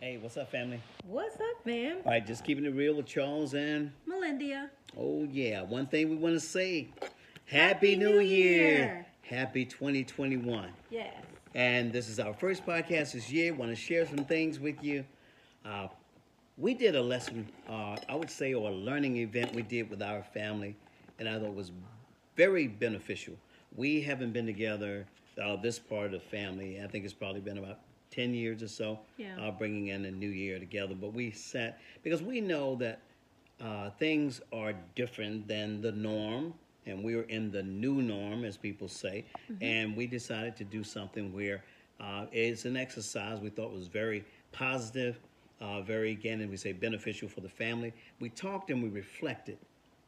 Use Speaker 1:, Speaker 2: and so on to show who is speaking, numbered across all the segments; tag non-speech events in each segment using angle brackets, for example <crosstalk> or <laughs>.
Speaker 1: family?
Speaker 2: What's up, man?
Speaker 1: All right, just keeping it real with Charles and,
Speaker 2: Melinda.
Speaker 1: oh yeah, one thing we want to say Happy,
Speaker 2: Happy
Speaker 1: New,
Speaker 2: New
Speaker 1: Year.
Speaker 2: Year.
Speaker 1: Happy 2021.
Speaker 2: Yes.
Speaker 1: And this is our first podcast this year. Want to share some things with you. Uh, we did a lesson, uh, I would say, or a learning event we did with our family, and I thought it was very beneficial. We haven't been together, uh, this part of the family, I think it's probably been about 10 years or so,
Speaker 2: Yeah.
Speaker 1: uh, bringing in a new year together. But we sat, because we know that uh, things are different than the norm, and we are in the new norm, as people say, and we decided to do something where uh, it's an exercise we thought was very positive, uh, very again, and we say beneficial for the family. We talked and we reflected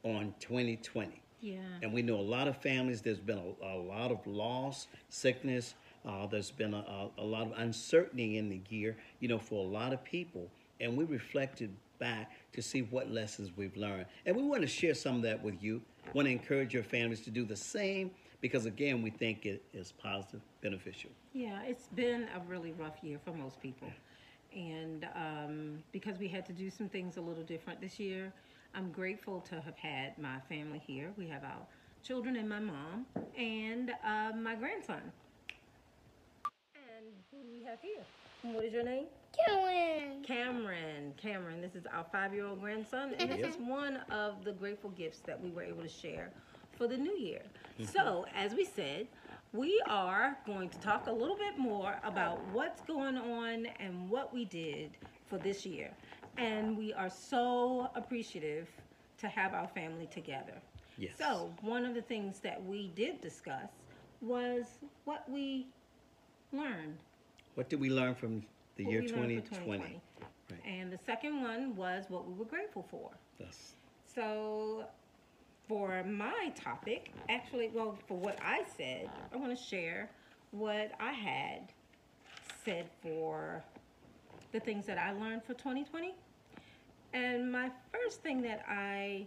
Speaker 1: on 2020.
Speaker 2: Yeah.
Speaker 1: And we know a lot of families, there's been a, a lot of loss, sickness, uh, there's been a, a, a lot of uncertainty in the year, you know, for a lot of people. And we reflected back to see what lessons we've learned. And we want to share some of that with you. Want to encourage your families to do the same because, again, we think it is positive, beneficial.
Speaker 2: Yeah, it's been a really rough year for most people. And um, because we had to do some things a little different this year, I'm grateful to have had my family here. We have our children and my mom and uh, my grandson. And who do we have here? And What is your name?
Speaker 3: Killing.
Speaker 2: Cameron. Cameron, this is our five year old grandson, and
Speaker 1: <laughs>
Speaker 2: this is one of the grateful gifts that we were able to share for the new year.
Speaker 1: Mm-hmm.
Speaker 2: So, as we said, we are going to talk a little bit more about what's going on and what we did for this year. And we are so appreciative to have our family together.
Speaker 1: Yes.
Speaker 2: So, one of the things that we did discuss was what we learned
Speaker 1: What did we learn from the
Speaker 2: what
Speaker 1: year
Speaker 2: we learned for
Speaker 1: 2020? Right.
Speaker 2: And the second one was what we were grateful for.
Speaker 1: That's-
Speaker 2: So, for my topic, actually, well, for what I said, I want to share what I had said for the things that I learned for 2020. And my first thing that I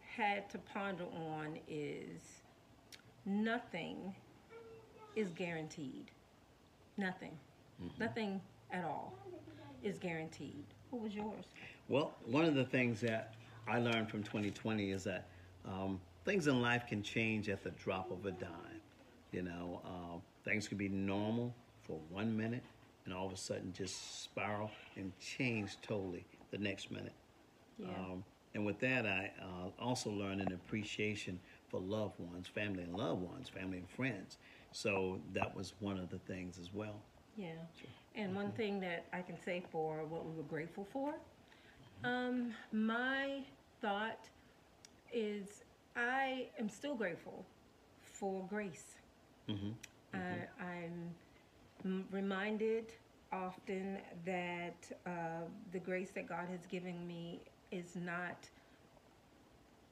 Speaker 2: had to ponder on is nothing is guaranteed. Nothing. Nothing at all is guaranteed. What was yours?
Speaker 1: Well, one of the things that I learned from 2020 is that um, things in life can change at the drop of a dime. You know, uh, things can be normal for one minute and all of a sudden just spiral and change totally the next minute.
Speaker 2: Yeah.
Speaker 1: Um, and with that, I uh, also learned an appreciation for loved ones, family and loved ones, family and friends. So that was one of the things as well.
Speaker 2: Yeah. And one thing that I can say for what we were grateful for, um, my thought is I am still grateful for grace. I, I'm m- reminded often that uh, the grace that God has given me is not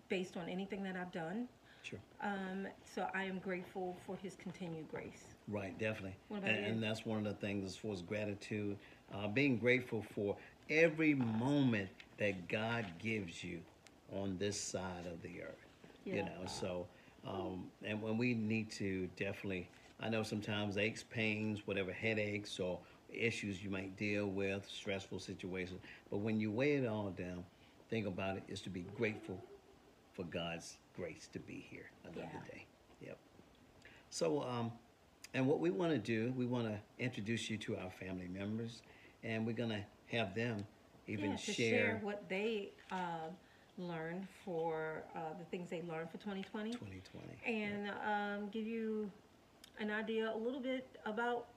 Speaker 2: based on anything that I've done.
Speaker 1: Sure.
Speaker 2: Um, so I am grateful for His continued grace.
Speaker 1: Right, definitely.
Speaker 2: What about
Speaker 1: and,
Speaker 2: you?
Speaker 1: and that's one of the things as far as gratitude, uh, being grateful for every moment that God gives you on this side of the earth. You
Speaker 2: Yeah.
Speaker 1: know, so, um, and when we need to definitely, I know sometimes aches, pains, whatever headaches or issues you might deal with, stressful situations, but when you weigh it all down, think about it is to be grateful for God's grace to be here another
Speaker 2: Yeah.
Speaker 1: day. Yep. So, um, and what we want to do, we want to introduce you to our family members, and we're gonna have them even
Speaker 2: yeah, to share what they uh, learned for uh, the things they learned for 2020
Speaker 1: 2020.
Speaker 2: and um, give you an idea a little bit about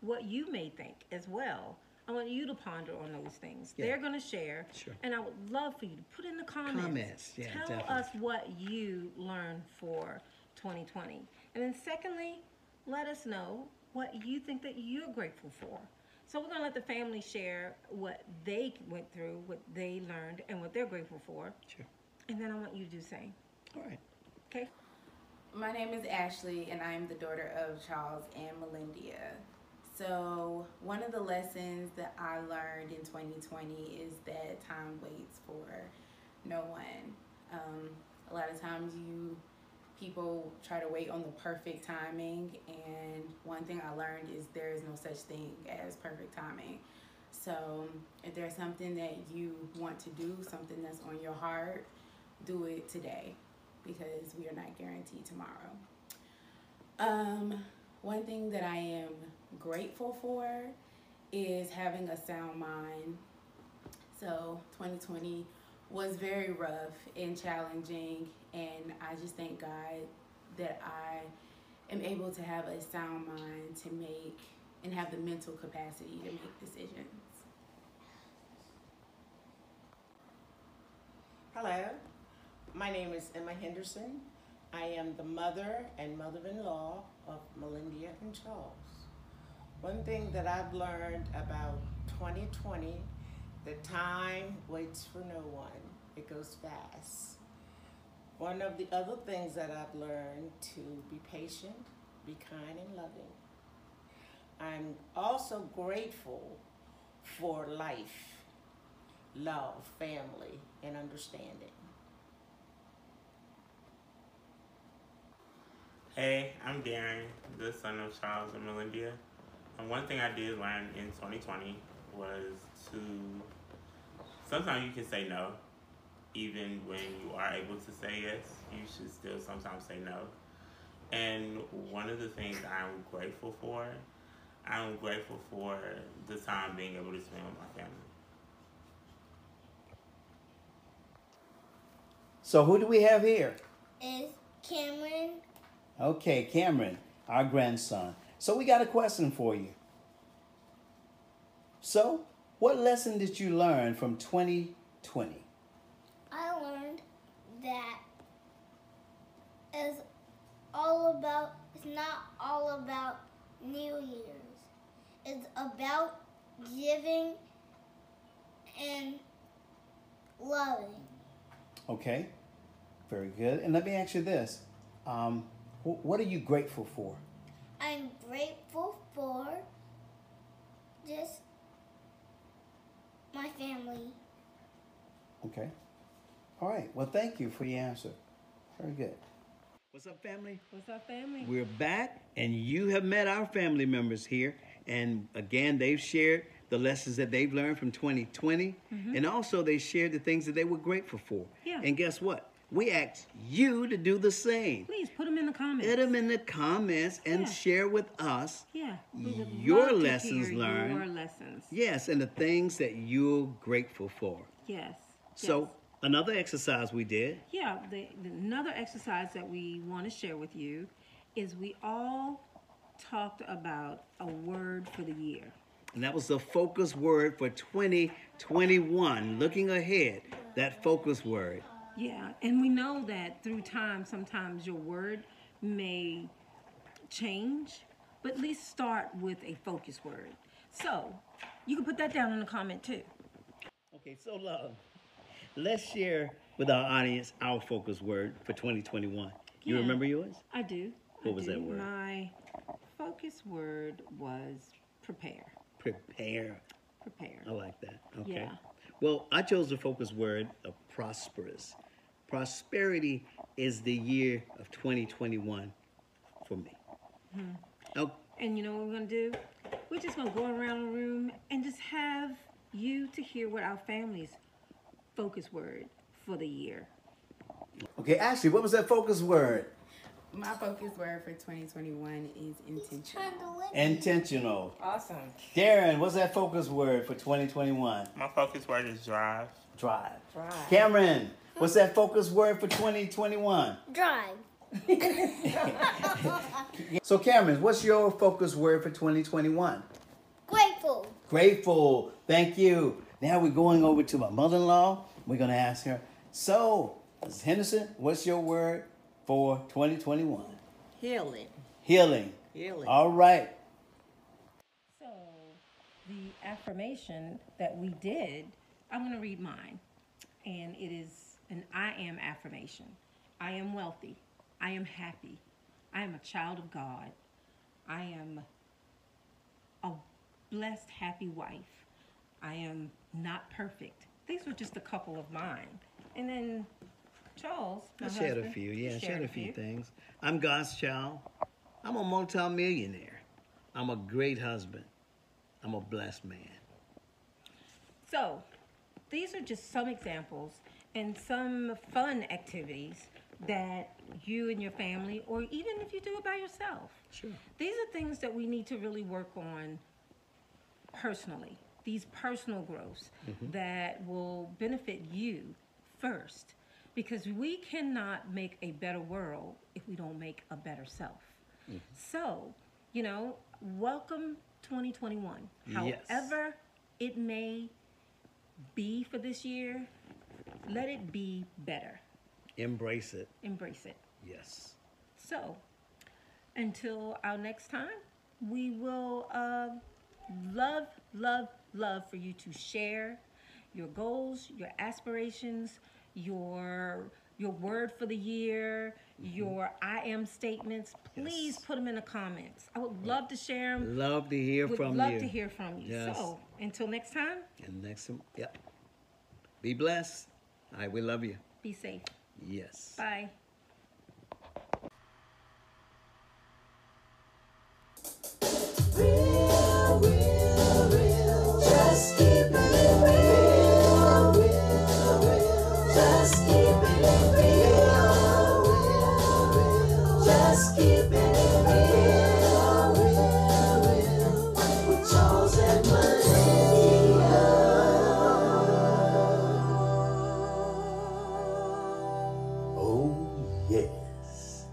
Speaker 2: what you may think as well. I want you to ponder on those things.
Speaker 1: Yeah.
Speaker 2: They're going to share,
Speaker 1: Sure.
Speaker 2: and I would love for you to put in the comments.
Speaker 1: Comments, yeah,
Speaker 2: Tell
Speaker 1: definitely.
Speaker 2: us what you learned for 2020, and then secondly, let us know what you think that you're grateful for. So we're going to let the family share what they went through, what they learned, and what they're grateful for,
Speaker 1: Sure.
Speaker 2: and then I want you to do the same.
Speaker 1: All right.
Speaker 2: Okay.
Speaker 4: My name is Ashley, and I am the daughter of Charles and Melinda. So, one of the lessons that I learned in 2020 is that time waits for no one. Um, a lot of times, you people try to wait on the perfect timing, and one thing I learned is there is no such thing as perfect timing. So if there's something that you want to do, something that's on your heart, do it today because we are not guaranteed tomorrow. Um, one thing that I am grateful for is having a sound mind. So 2020 was very rough and challenging, and I just thank God that I am able to have a sound mind to make and have the mental capacity to make decisions.
Speaker 5: Hello, my name is Emma Henderson. I am the mother and mother-in-law of Melinda and Charles. One thing that I've learned about 2020, the time waits for no one. It goes fast. One of the other things that I've learned to be patient, be kind and loving. I'm also grateful for life, love, family, and understanding.
Speaker 6: Hey, I'm Darren, the son of Charles and Melinda. And one thing I did learn in 2020 was to sometimes you can say no, even when you are able to say yes, you should still sometimes say no. And one of the things I'm grateful for, I'm grateful for the time being able to spend with my family.
Speaker 1: So who do we have here?
Speaker 3: is Cameron.
Speaker 1: Okay, Cameron, our grandson. So we got a question for you. So, what lesson did you learn from 2020?
Speaker 3: I learned that is all about. It's not all about New Year's. It's about giving and loving.
Speaker 1: Okay, very good. And let me ask you this: um, wh- What are you grateful for?
Speaker 3: I'm grateful for just my family.
Speaker 1: Okay, all right. Well, thank you for your answer. Very good. What's up, family?
Speaker 2: What's up, family?
Speaker 1: We're back, and you have met our family members here. And again, they've shared the lessons that they've learned from 2020, and also they shared the things that they were grateful for.
Speaker 2: Mm-hmm. Yeah.
Speaker 1: And guess what? We asked you to do the same.
Speaker 2: Please put them in the comments.
Speaker 1: Hit them in the comments and
Speaker 2: Yeah.
Speaker 1: share with us.
Speaker 2: yeah. we would
Speaker 1: Your
Speaker 2: love to
Speaker 1: lessons
Speaker 2: hear
Speaker 1: learned.
Speaker 2: Your lessons.
Speaker 1: Yes, and the things that you're grateful for.
Speaker 2: Yes.
Speaker 1: So,
Speaker 2: yes.
Speaker 1: another exercise we did.
Speaker 2: Yeah, the, the, another exercise that we want to share with you is we all talked about a word for the year.
Speaker 1: And that was the focus word for 2021. Looking ahead, that focus word.
Speaker 2: Yeah, and we know that through time, sometimes your word may change, but at least start with a focus word. So you can put that down in the comment too.
Speaker 1: Okay, so love, let's share with our audience our focus word for 2021. You
Speaker 2: Yeah.
Speaker 1: remember yours?
Speaker 2: I do. I
Speaker 1: What was
Speaker 2: do.
Speaker 1: that word?
Speaker 2: My focus word was prepare.
Speaker 1: Prepare.
Speaker 2: Prepare.
Speaker 1: I like that. Okay.
Speaker 2: Yeah.
Speaker 1: Well, I chose the focus word of prosperous. Prosperity is the year of 2021 for me.
Speaker 2: Hmm.
Speaker 1: Oh,
Speaker 2: And you know what we're gonna do? We're just gonna go around the room and just have you to hear what our family's focus word for the year.
Speaker 1: okay, Ashley, what was that focus word?
Speaker 4: My focus word for 2021 is intentional.
Speaker 3: Trying to live.
Speaker 1: Intentional.
Speaker 5: Awesome.
Speaker 1: Darren, what's that focus word for 2021?
Speaker 6: My focus word is drive.
Speaker 1: Drive.
Speaker 5: Drive.
Speaker 1: Cameron, what's that focus word for 2021?
Speaker 3: Drive.
Speaker 1: So, Cameron, what's your focus word for 2021?
Speaker 3: Grateful.
Speaker 1: Grateful. Thank you. Now we're going over to my mother in law. We're going to ask her, So, Mrs. Henderson, what's your word for 2021?
Speaker 5: Healing.
Speaker 1: Healing.
Speaker 5: Healing.
Speaker 1: All right.
Speaker 2: So, the affirmation that we did, I'm going to read mine. And it is an I am affirmation. I am wealthy. I am happy. I am a child of God. I am a blessed, happy wife. I am not perfect. These were just a couple of mine. And then Charles, my
Speaker 1: I shared a
Speaker 2: husband,
Speaker 1: few.
Speaker 2: he
Speaker 1: Yeah, I shared a few
Speaker 2: few.
Speaker 1: things. I'm God's child. I'm a multimillionaire. I'm a great husband. I'm a blessed man.
Speaker 2: So, these are just some examples and some fun activities that you and your family, or even if you do it by yourself. Sure. These are things that we need to really work on personally, these personal growths that will benefit you first. Because we cannot make a better world if we don't make a better self. So, you know, welcome 2021.
Speaker 7: Yes.
Speaker 2: However, it may be for this year, let it be better.
Speaker 7: Embrace it.
Speaker 2: Embrace it.
Speaker 7: Yes.
Speaker 2: So, until our next time, we will uh, love, love, love for you to share your goals, your aspirations, your your word for the year,
Speaker 7: Mm-hmm.
Speaker 2: your I am statements. Please put them in the comments. I would love to share them.
Speaker 7: Love to hear
Speaker 2: Would
Speaker 7: from
Speaker 2: love
Speaker 7: you.
Speaker 2: to hear from you.
Speaker 7: Yes.
Speaker 2: So, until next time,
Speaker 7: And next time, yep. Be blessed. I we love you.
Speaker 2: be safe.
Speaker 7: Yes.
Speaker 2: Bye.
Speaker 8: Just keep it real, real, real. Just keep it real, real, real. Just keep it real, real, real. With Charles and Melinda. Oh yes.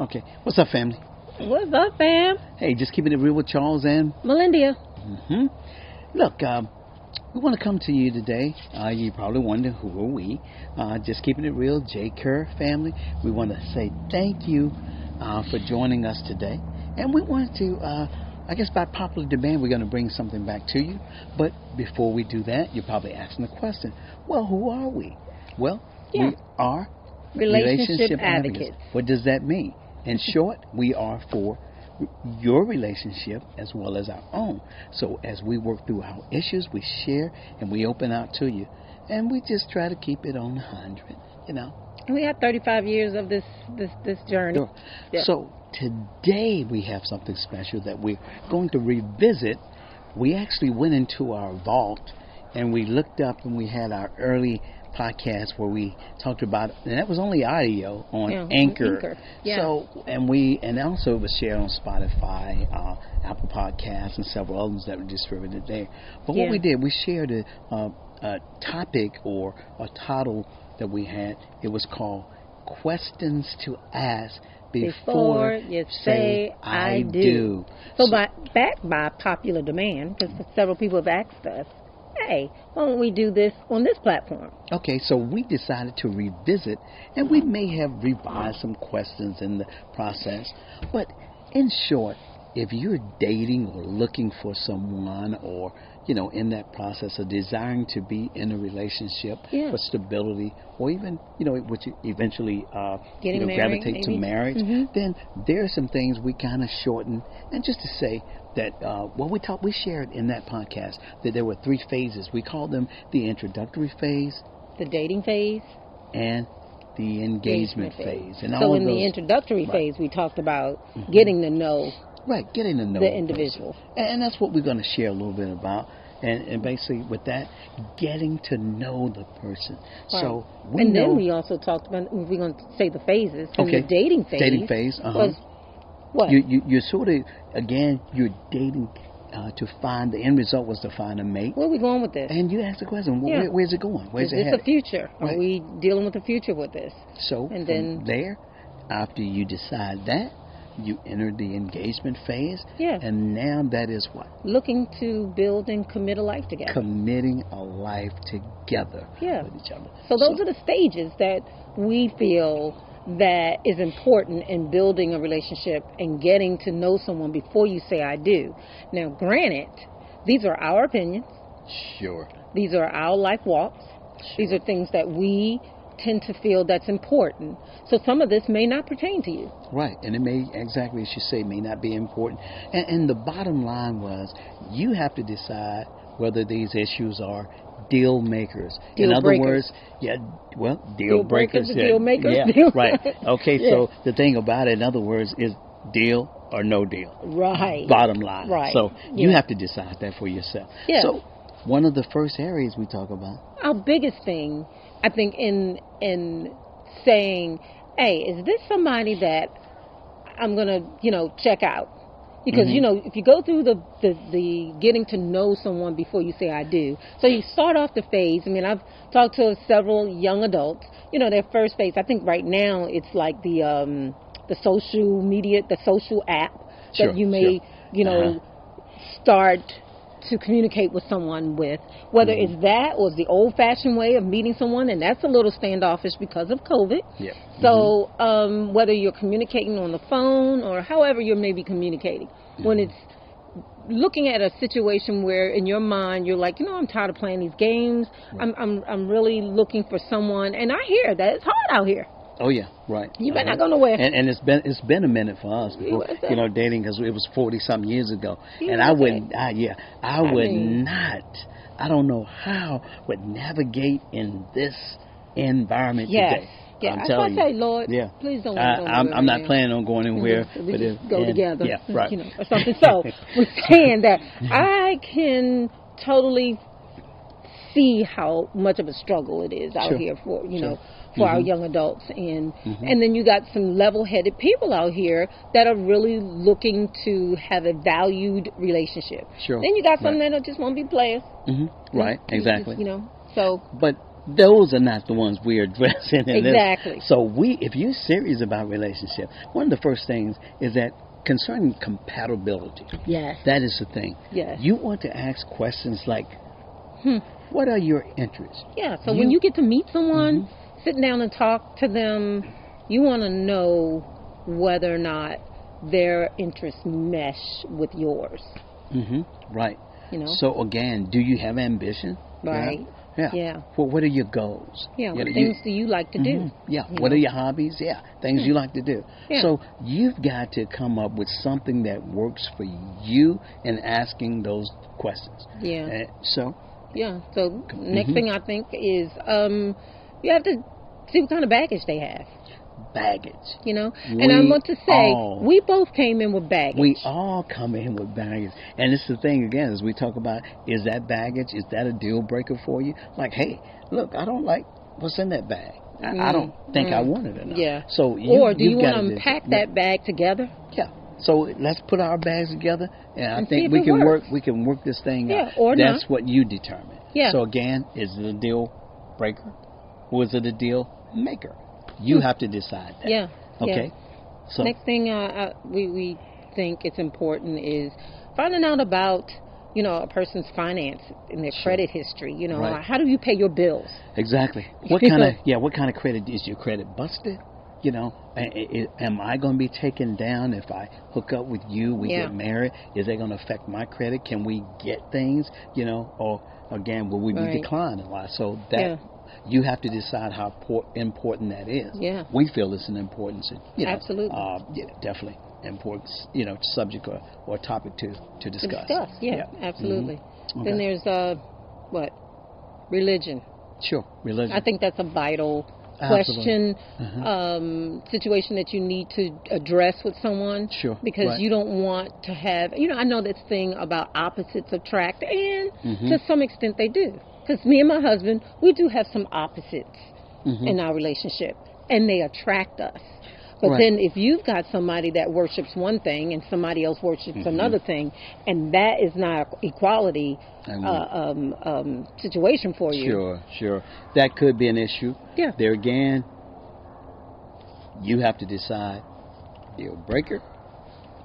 Speaker 1: Okay. What's up, family?
Speaker 9: What's up, fam?
Speaker 1: Hey, just keeping it real with Charles and.
Speaker 9: Melinda.
Speaker 1: hmm Look, um, we want to come to you today. Uh, you probably wonder who are we? Uh, just keeping it real, J. Kerr family. We want to say thank you uh, for joining us today, and we want to. Uh, I guess by popular demand, we're going to bring something back to you. But before we do that, you're probably asking the question, well, who are we? Well,
Speaker 9: Yeah.
Speaker 1: we are
Speaker 9: Relationship advocates.
Speaker 1: What does that mean?
Speaker 9: <laughs>
Speaker 1: In short, we are for your relationship as well as our own. So as we work through our issues, we share and we open out to you. And we just try to keep it on 100, you know.
Speaker 9: We have 35 years of this this this journey.
Speaker 1: Sure. So today we have something special that we're going to revisit. We actually went into our vault and we looked up and we had our early podcast where we talked about and that was only audio on
Speaker 9: Yeah, on
Speaker 1: Anchor.
Speaker 9: Anchor. Yeah.
Speaker 1: So and we and also it was shared on Spotify, uh, Apple Podcasts and several others that were distributed there. But what
Speaker 9: Yeah.
Speaker 1: we did, we shared a, a, a topic or a title that we had. It was called Questions to Ask
Speaker 9: Before
Speaker 1: Before,
Speaker 9: you say I do. So, by back by popular demand, because several people have asked us, hey, why don't we do this on this platform?
Speaker 1: Okay, so we decided to revisit, and we may have revised some questions in the process. But in short, if you're dating or looking for someone, or you know, in that process of desiring to be in a relationship
Speaker 9: Yeah.
Speaker 1: for stability, or even you know, which eventually uh, you
Speaker 9: Getting
Speaker 1: know,
Speaker 9: married,
Speaker 1: gravitate to
Speaker 9: maybe. Mm-hmm.
Speaker 1: marriage, then there are some things we kind of shorten. And just to say that uh, what we taught, we shared in that podcast that there were three phases. We called them the introductory phase
Speaker 9: The dating phase,
Speaker 1: and the engagement, phase. And
Speaker 9: so
Speaker 1: all of
Speaker 9: in
Speaker 1: those,
Speaker 9: the introductory
Speaker 1: Right. Mm-hmm.
Speaker 9: phase, we talked about getting to know
Speaker 1: right, getting to know
Speaker 9: the
Speaker 1: person.
Speaker 9: individual.
Speaker 1: And, and that's what we're going to share a little bit about. And, and basically, with that, getting to know the person. So we
Speaker 9: and
Speaker 1: know
Speaker 9: then we also talked about we're going to say the phases. So
Speaker 1: Okay.
Speaker 9: the dating phase.
Speaker 1: Dating phase, uh-huh.
Speaker 9: Was what?
Speaker 1: you, you you're sort of again you're dating uh, to find the end result was to find a mate.
Speaker 9: Where are we going with this?
Speaker 1: And you ask the question, well,
Speaker 9: Yeah.
Speaker 1: where, where's it going? Where's
Speaker 9: Is
Speaker 1: it
Speaker 9: this the
Speaker 1: headed?
Speaker 9: future?
Speaker 1: Right.
Speaker 9: Are we dealing with the future with this?
Speaker 1: So from
Speaker 9: And then-
Speaker 1: there, after you decide that, you enter the engagement phase.
Speaker 9: Yeah.
Speaker 1: And now that is what
Speaker 9: Looking to build and commit a life together.
Speaker 1: committing a life together
Speaker 9: Yeah.
Speaker 1: with each other.
Speaker 9: so those are the stages that we feel that is important in building a relationship and getting to know someone before you say I do. Now, granted, these are our opinions.
Speaker 1: sure.
Speaker 9: These are our life walks. These are things that we tend to feel that's important. So some of this may not pertain to you.
Speaker 1: Right, and it may exactly as you say may not be important. And, and the bottom line was you have to decide whether these issues are deal makers.
Speaker 9: Deal
Speaker 1: In other
Speaker 9: breakers.
Speaker 1: words, yeah, well, deal,
Speaker 9: Deal breakers
Speaker 1: breakers.
Speaker 9: and
Speaker 1: yeah,
Speaker 9: deal makers,
Speaker 1: Yeah,
Speaker 9: deal-
Speaker 1: right. <laughs> Okay, so
Speaker 9: Yeah.
Speaker 1: the thing about it, in other words, is deal or no deal.
Speaker 9: Right.
Speaker 1: Bottom line.
Speaker 9: Right.
Speaker 1: So you
Speaker 9: Yeah.
Speaker 1: have to decide that for yourself.
Speaker 9: Yeah.
Speaker 1: So one of the first areas we talk about
Speaker 9: Our biggest thing, I think, in in saying, "Hey, is this somebody that I'm gonna, you know, check out?"
Speaker 1: Mm-hmm.
Speaker 9: Because you know, if you go through the, the the getting to know someone before you say "I do," so you start off the phase. I mean, I've talked to several young adults. You know, their first phase. I think right now it's like the um, the social media, the social app that
Speaker 1: Sure,
Speaker 9: you may,
Speaker 1: sure.
Speaker 9: you know,
Speaker 1: Uh-huh.
Speaker 9: start to communicate with someone with, whether it's that or the old fashioned way of meeting someone, and that's a little standoffish because of COVID.
Speaker 1: Yeah.
Speaker 9: So, um, whether you're communicating on the phone or however you're maybe communicating, when it's looking at a situation where in your mind you're like, you know, I'm tired of playing these games. I'm, I'm, I'm really looking for someone, and I hear that it's hard out here.
Speaker 1: Oh yeah, right.
Speaker 9: You better
Speaker 1: Uh-huh.
Speaker 9: not go nowhere.
Speaker 1: And, and it's been it's been a minute for us, before,
Speaker 9: was, uh,
Speaker 1: you know, dating because it was forty something years ago.
Speaker 9: You
Speaker 1: and I
Speaker 9: was, uh,
Speaker 1: would, I, yeah, I, would
Speaker 9: mean-
Speaker 1: not. I don't know how would navigate in this environment
Speaker 9: Yes.
Speaker 1: today.
Speaker 9: Yeah,
Speaker 1: I'm
Speaker 9: I was
Speaker 1: telling
Speaker 9: about to
Speaker 1: you.
Speaker 9: say, Lord,
Speaker 1: yeah.
Speaker 9: please don't
Speaker 1: I,
Speaker 9: go
Speaker 1: I'm, I'm
Speaker 9: nowhere,
Speaker 1: not
Speaker 9: man.
Speaker 1: planning on going anywhere,
Speaker 9: We
Speaker 1: but
Speaker 9: just
Speaker 1: if,
Speaker 9: go
Speaker 1: and-
Speaker 9: together,
Speaker 1: Yeah, right.
Speaker 9: You know, or something. So
Speaker 1: <laughs>
Speaker 9: we're saying that I can totally see how much of a struggle it is out
Speaker 1: Sure.
Speaker 9: here for you
Speaker 1: Sure.
Speaker 9: know
Speaker 1: Mm-hmm.
Speaker 9: for our young adults and and then you got some level-headed people out here that are really looking to have a valued relationship.
Speaker 1: Sure.
Speaker 9: Then you got some
Speaker 1: Right.
Speaker 9: that that just want to be players.
Speaker 1: hmm Right.
Speaker 9: You just,
Speaker 1: Exactly.
Speaker 9: You know. So
Speaker 1: but those are <laughs> not the ones we're addressing in
Speaker 9: Exactly.
Speaker 1: this. So we, if you're serious about relationship, one of the first things is that concerning compatibility.
Speaker 9: yes.
Speaker 1: That is the thing.
Speaker 9: Yes. Hmm.
Speaker 1: You want to ask questions like, what are your interests?
Speaker 9: Yeah, so when you get to meet someone,
Speaker 1: Mm-hmm.
Speaker 9: sit down and talk to them, you want to know whether or not their interests mesh with yours.
Speaker 1: hmm Right.
Speaker 9: Mm-hmm. You know?
Speaker 1: So again, do you have ambition?
Speaker 9: Right.
Speaker 1: Yeah.
Speaker 9: Yeah.
Speaker 1: Well, what are your goals?
Speaker 9: Yeah,
Speaker 1: You
Speaker 9: what
Speaker 1: know, you-
Speaker 9: things do you like to do?
Speaker 1: Mhm. Yeah.
Speaker 9: You
Speaker 1: What
Speaker 9: know?
Speaker 1: are your hobbies? Yeah. Things you like to do.
Speaker 9: Yeah.
Speaker 1: So you've got to come up with something that works for you and asking those questions.
Speaker 9: Yeah.
Speaker 1: Uh, so
Speaker 9: Yeah. So
Speaker 1: Mm-hmm.
Speaker 9: next thing I think is um, you have to see what kind of baggage they have.
Speaker 1: baggage.
Speaker 9: You know, and I
Speaker 1: We
Speaker 9: want to say
Speaker 1: all-
Speaker 9: we both came in with baggage.
Speaker 1: We all come in with baggage, and it's the thing again as we talk about: is that baggage? Is that a deal breaker for you? Like, hey, look, I don't like what's in that bag. I, I don't think I want it enough.
Speaker 9: Mm-hmm. yeah.
Speaker 1: So you,
Speaker 9: or do you
Speaker 1: you've
Speaker 9: want to
Speaker 1: gotta do-
Speaker 9: unpack
Speaker 1: yeah.
Speaker 9: that bag together?
Speaker 1: Yeah. So let's put our bags together, and I
Speaker 9: And see
Speaker 1: think
Speaker 9: if
Speaker 1: we
Speaker 9: it
Speaker 1: can
Speaker 9: works.
Speaker 1: work. We can work this thing
Speaker 9: Yeah,
Speaker 1: out.
Speaker 9: or
Speaker 1: That's
Speaker 9: not.
Speaker 1: what you determine.
Speaker 9: Yeah.
Speaker 1: So again, is it a deal breaker, or is it a deal maker? You have to decide that.
Speaker 9: Hmm. Yeah, yeah.
Speaker 1: Okay. So
Speaker 9: Next thing uh, I, we we think it's important is finding out about you know a person's finance and their credit history. You know,
Speaker 1: Right.
Speaker 9: like, how do you pay your bills?
Speaker 1: Exactly. What kind of yeah? What kind of credit is your credit busted? You know, a- a- a- am I going to be taken down if I hook up with you? We
Speaker 9: Yeah.
Speaker 1: get married. Is that going to affect my credit? Can we get things? You know, or again, will we be
Speaker 9: Right.
Speaker 1: declined a lot? So that
Speaker 9: Yeah.
Speaker 1: you have to decide how por- important that is.
Speaker 9: Yeah.
Speaker 1: We feel it's an importance. You know,
Speaker 9: Absolutely.
Speaker 1: Uh, yeah, definitely important. You know, subject or, or topic to to
Speaker 9: To
Speaker 1: discuss. Mm-hmm.
Speaker 9: discuss. Yeah, absolutely. Then
Speaker 1: Okay.
Speaker 9: there's uh, what religion.
Speaker 1: Sure. Religion.
Speaker 9: I think that's a vital
Speaker 1: Absolutely. Mm-hmm.
Speaker 9: question um, situation that you need to address with someone
Speaker 1: Sure,
Speaker 9: because
Speaker 1: right.
Speaker 9: you don't want to have you know i know this thing about opposites attract and
Speaker 1: Mm-hmm.
Speaker 9: to some extent they do because me and my husband we do have some opposites
Speaker 1: Mm-hmm.
Speaker 9: in our relationship and they attract us but
Speaker 1: Right.
Speaker 9: then if you've got somebody that worships one thing and somebody else worships
Speaker 1: Mm-hmm.
Speaker 9: another thing and that is not equality
Speaker 1: And
Speaker 9: uh, um, um, situation for you
Speaker 1: Sure, sure. That could be an issue.
Speaker 9: Yeah.
Speaker 1: There again, you have to decide deal breaker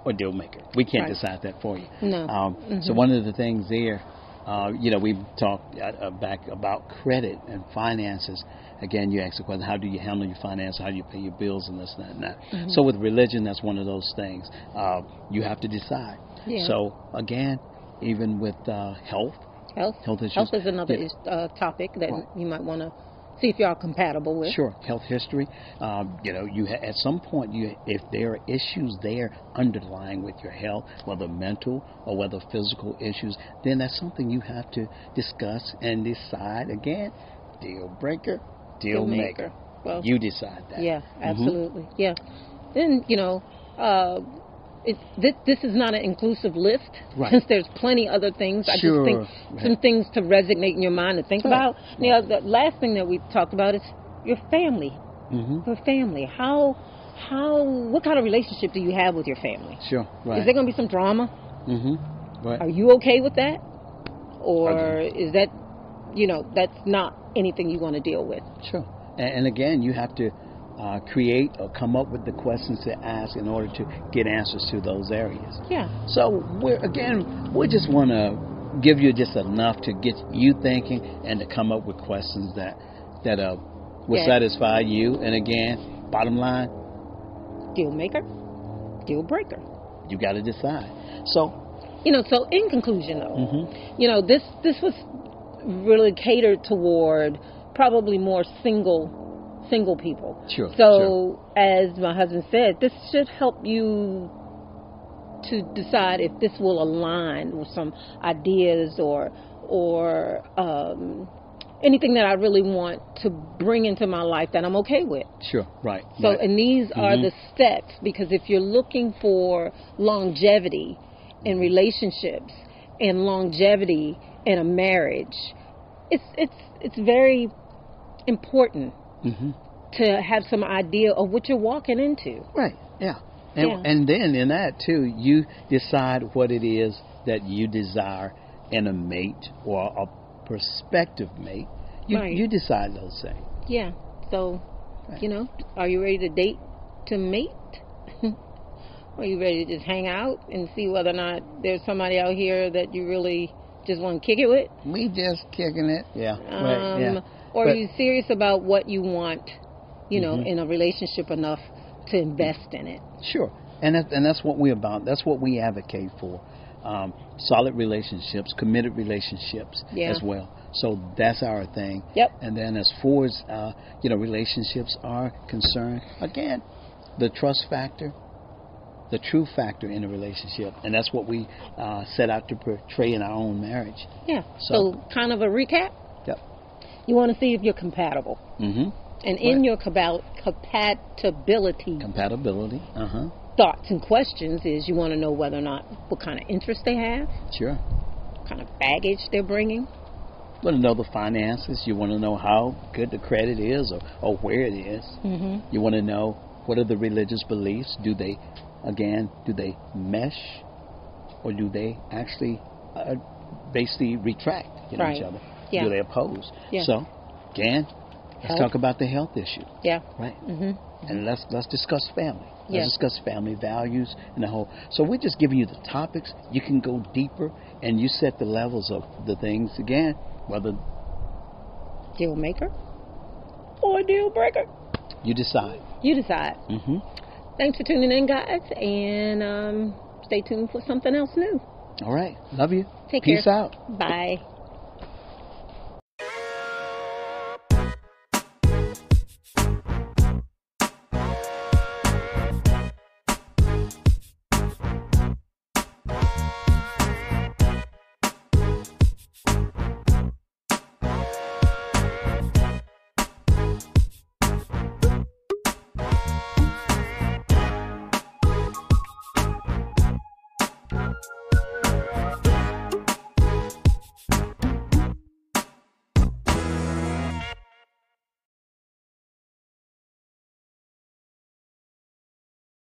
Speaker 1: or deal maker. We can't
Speaker 9: Right.
Speaker 1: decide that for you.
Speaker 9: No. Mm-hmm.
Speaker 1: Um, So one of the things there, uh, you know, we talked uh, uh, back about credit and finances. Again, you ask the question, how do you handle your finances? How do you pay your bills and this and that and that.
Speaker 9: Mm-hmm.
Speaker 1: So with religion, that's one of those things. Uh, you have to decide.
Speaker 9: Yeah.
Speaker 1: So again, even with uh, health,
Speaker 9: Health.
Speaker 1: Health issues.
Speaker 9: is another
Speaker 1: Yeah.
Speaker 9: is- uh, topic that
Speaker 1: Right.
Speaker 9: you might want to see if y'all compatible with.
Speaker 1: Sure, health history. Um, you know, you ha- at some point, you if there are issues there underlying with your health, whether mental or whether physical issues, then that's something you have to discuss and decide. Again, deal breaker, deal,
Speaker 9: Deal maker.
Speaker 1: maker.
Speaker 9: Well,
Speaker 1: you decide that.
Speaker 9: Yeah,
Speaker 1: Mhm.
Speaker 9: absolutely. Yeah. Then, you know, uh, it, this, this is not an inclusive list
Speaker 1: Right.
Speaker 9: since there's plenty other things. I
Speaker 1: Sure.
Speaker 9: just think some things to resonate in your mind to think
Speaker 1: Right.
Speaker 9: about. Now, the last thing that we talked about is your family.
Speaker 1: Mhm.
Speaker 9: Your family. How, how, what kind of relationship do you have with your family?
Speaker 1: Sure. Right.
Speaker 9: Is there going to be some drama?
Speaker 1: mm-hmm. Right.
Speaker 9: Are you okay with that? Or
Speaker 1: Are
Speaker 9: is that, you know, that's not anything you want to deal with?
Speaker 1: Sure. And, and again, you have to uh, create or come up with the questions to ask in order to get answers to those areas.
Speaker 9: Yeah.
Speaker 1: So we're again, we just want to give you just enough to get you thinking and to come up with questions that that uh, will
Speaker 9: Yeah.
Speaker 1: satisfy you. And again, bottom line,
Speaker 9: Deal maker, deal breaker.
Speaker 1: you got to decide. So
Speaker 9: you know so in conclusion though
Speaker 1: Mm-hmm.
Speaker 9: you know this this was really catered toward probably more single single people
Speaker 1: Sure,
Speaker 9: so as my husband said this should help you to decide if this will align with some ideas or or um, anything that I really want to bring into my life that I'm okay with.
Speaker 1: sure, right.
Speaker 9: So,
Speaker 1: right.
Speaker 9: and these are the steps because if you're looking for longevity in relationships and longevity in a marriage, it's it's it's very important to have some idea of what you're walking into.
Speaker 1: Right. Yeah. And
Speaker 9: Yeah.
Speaker 1: and then in that too, you decide what it is that you desire in a mate or a prospective mate. You
Speaker 9: Right.
Speaker 1: you decide those things.
Speaker 9: Yeah. So, you know, are you ready to date to mate? <laughs> are you ready to just hang out and see whether or not there's somebody out here that you really just want to kick it with?
Speaker 1: We just kicking it. Yeah.
Speaker 9: Um,
Speaker 1: right. Yeah.
Speaker 9: Or
Speaker 1: But- Mm-hmm.
Speaker 9: are you serious about what you want, you know, in a relationship enough to invest in it?
Speaker 1: Sure, and that, and that's what we're about. That's what we advocate for: um, solid relationships, committed relationships
Speaker 9: Yeah.
Speaker 1: as well. So that's our thing.
Speaker 9: Yep.
Speaker 1: And then as far as uh, you know, relationships are concerned, again, the trust factor, the true factor in a relationship, and that's what we uh, set out to portray in our own marriage.
Speaker 9: Yeah.
Speaker 1: So-
Speaker 9: So, kind of a recap.
Speaker 1: Yep.
Speaker 9: You want to see if you're compatible,
Speaker 1: Mm-hmm.
Speaker 9: and in your compa- compatibility
Speaker 1: Compatibility. Uh huh.
Speaker 9: thoughts and questions is you want to know whether or not what kind of interest they have,
Speaker 1: Sure.
Speaker 9: what kind of baggage they're bringing.
Speaker 1: want to know the finances. You want to know how good the credit is or, or where it Mm-hmm. You want to know what are the religious beliefs. Do they, again, do they mesh or do they actually uh, basically retract you know, each
Speaker 9: Right.
Speaker 1: other?
Speaker 9: Yeah.
Speaker 1: Do they oppose?
Speaker 9: Yeah.
Speaker 1: So, again, let's
Speaker 9: Health.
Speaker 1: talk about the health issue,
Speaker 9: Yeah.
Speaker 1: right? Mm-hmm. And let's let's discuss family. Let's
Speaker 9: Yeah.
Speaker 1: discuss family values and the whole. So we're just giving you the topics. You can go deeper, and you set the levels of the things again. Whether
Speaker 9: Deal maker or deal breaker.
Speaker 1: You decide.
Speaker 9: You decide.
Speaker 1: Mm-hmm.
Speaker 9: Thanks for tuning in, guys, and um, stay tuned for something else new.
Speaker 1: All right. Love you.
Speaker 9: Take
Speaker 1: Peace
Speaker 9: care.
Speaker 1: out.
Speaker 9: Bye.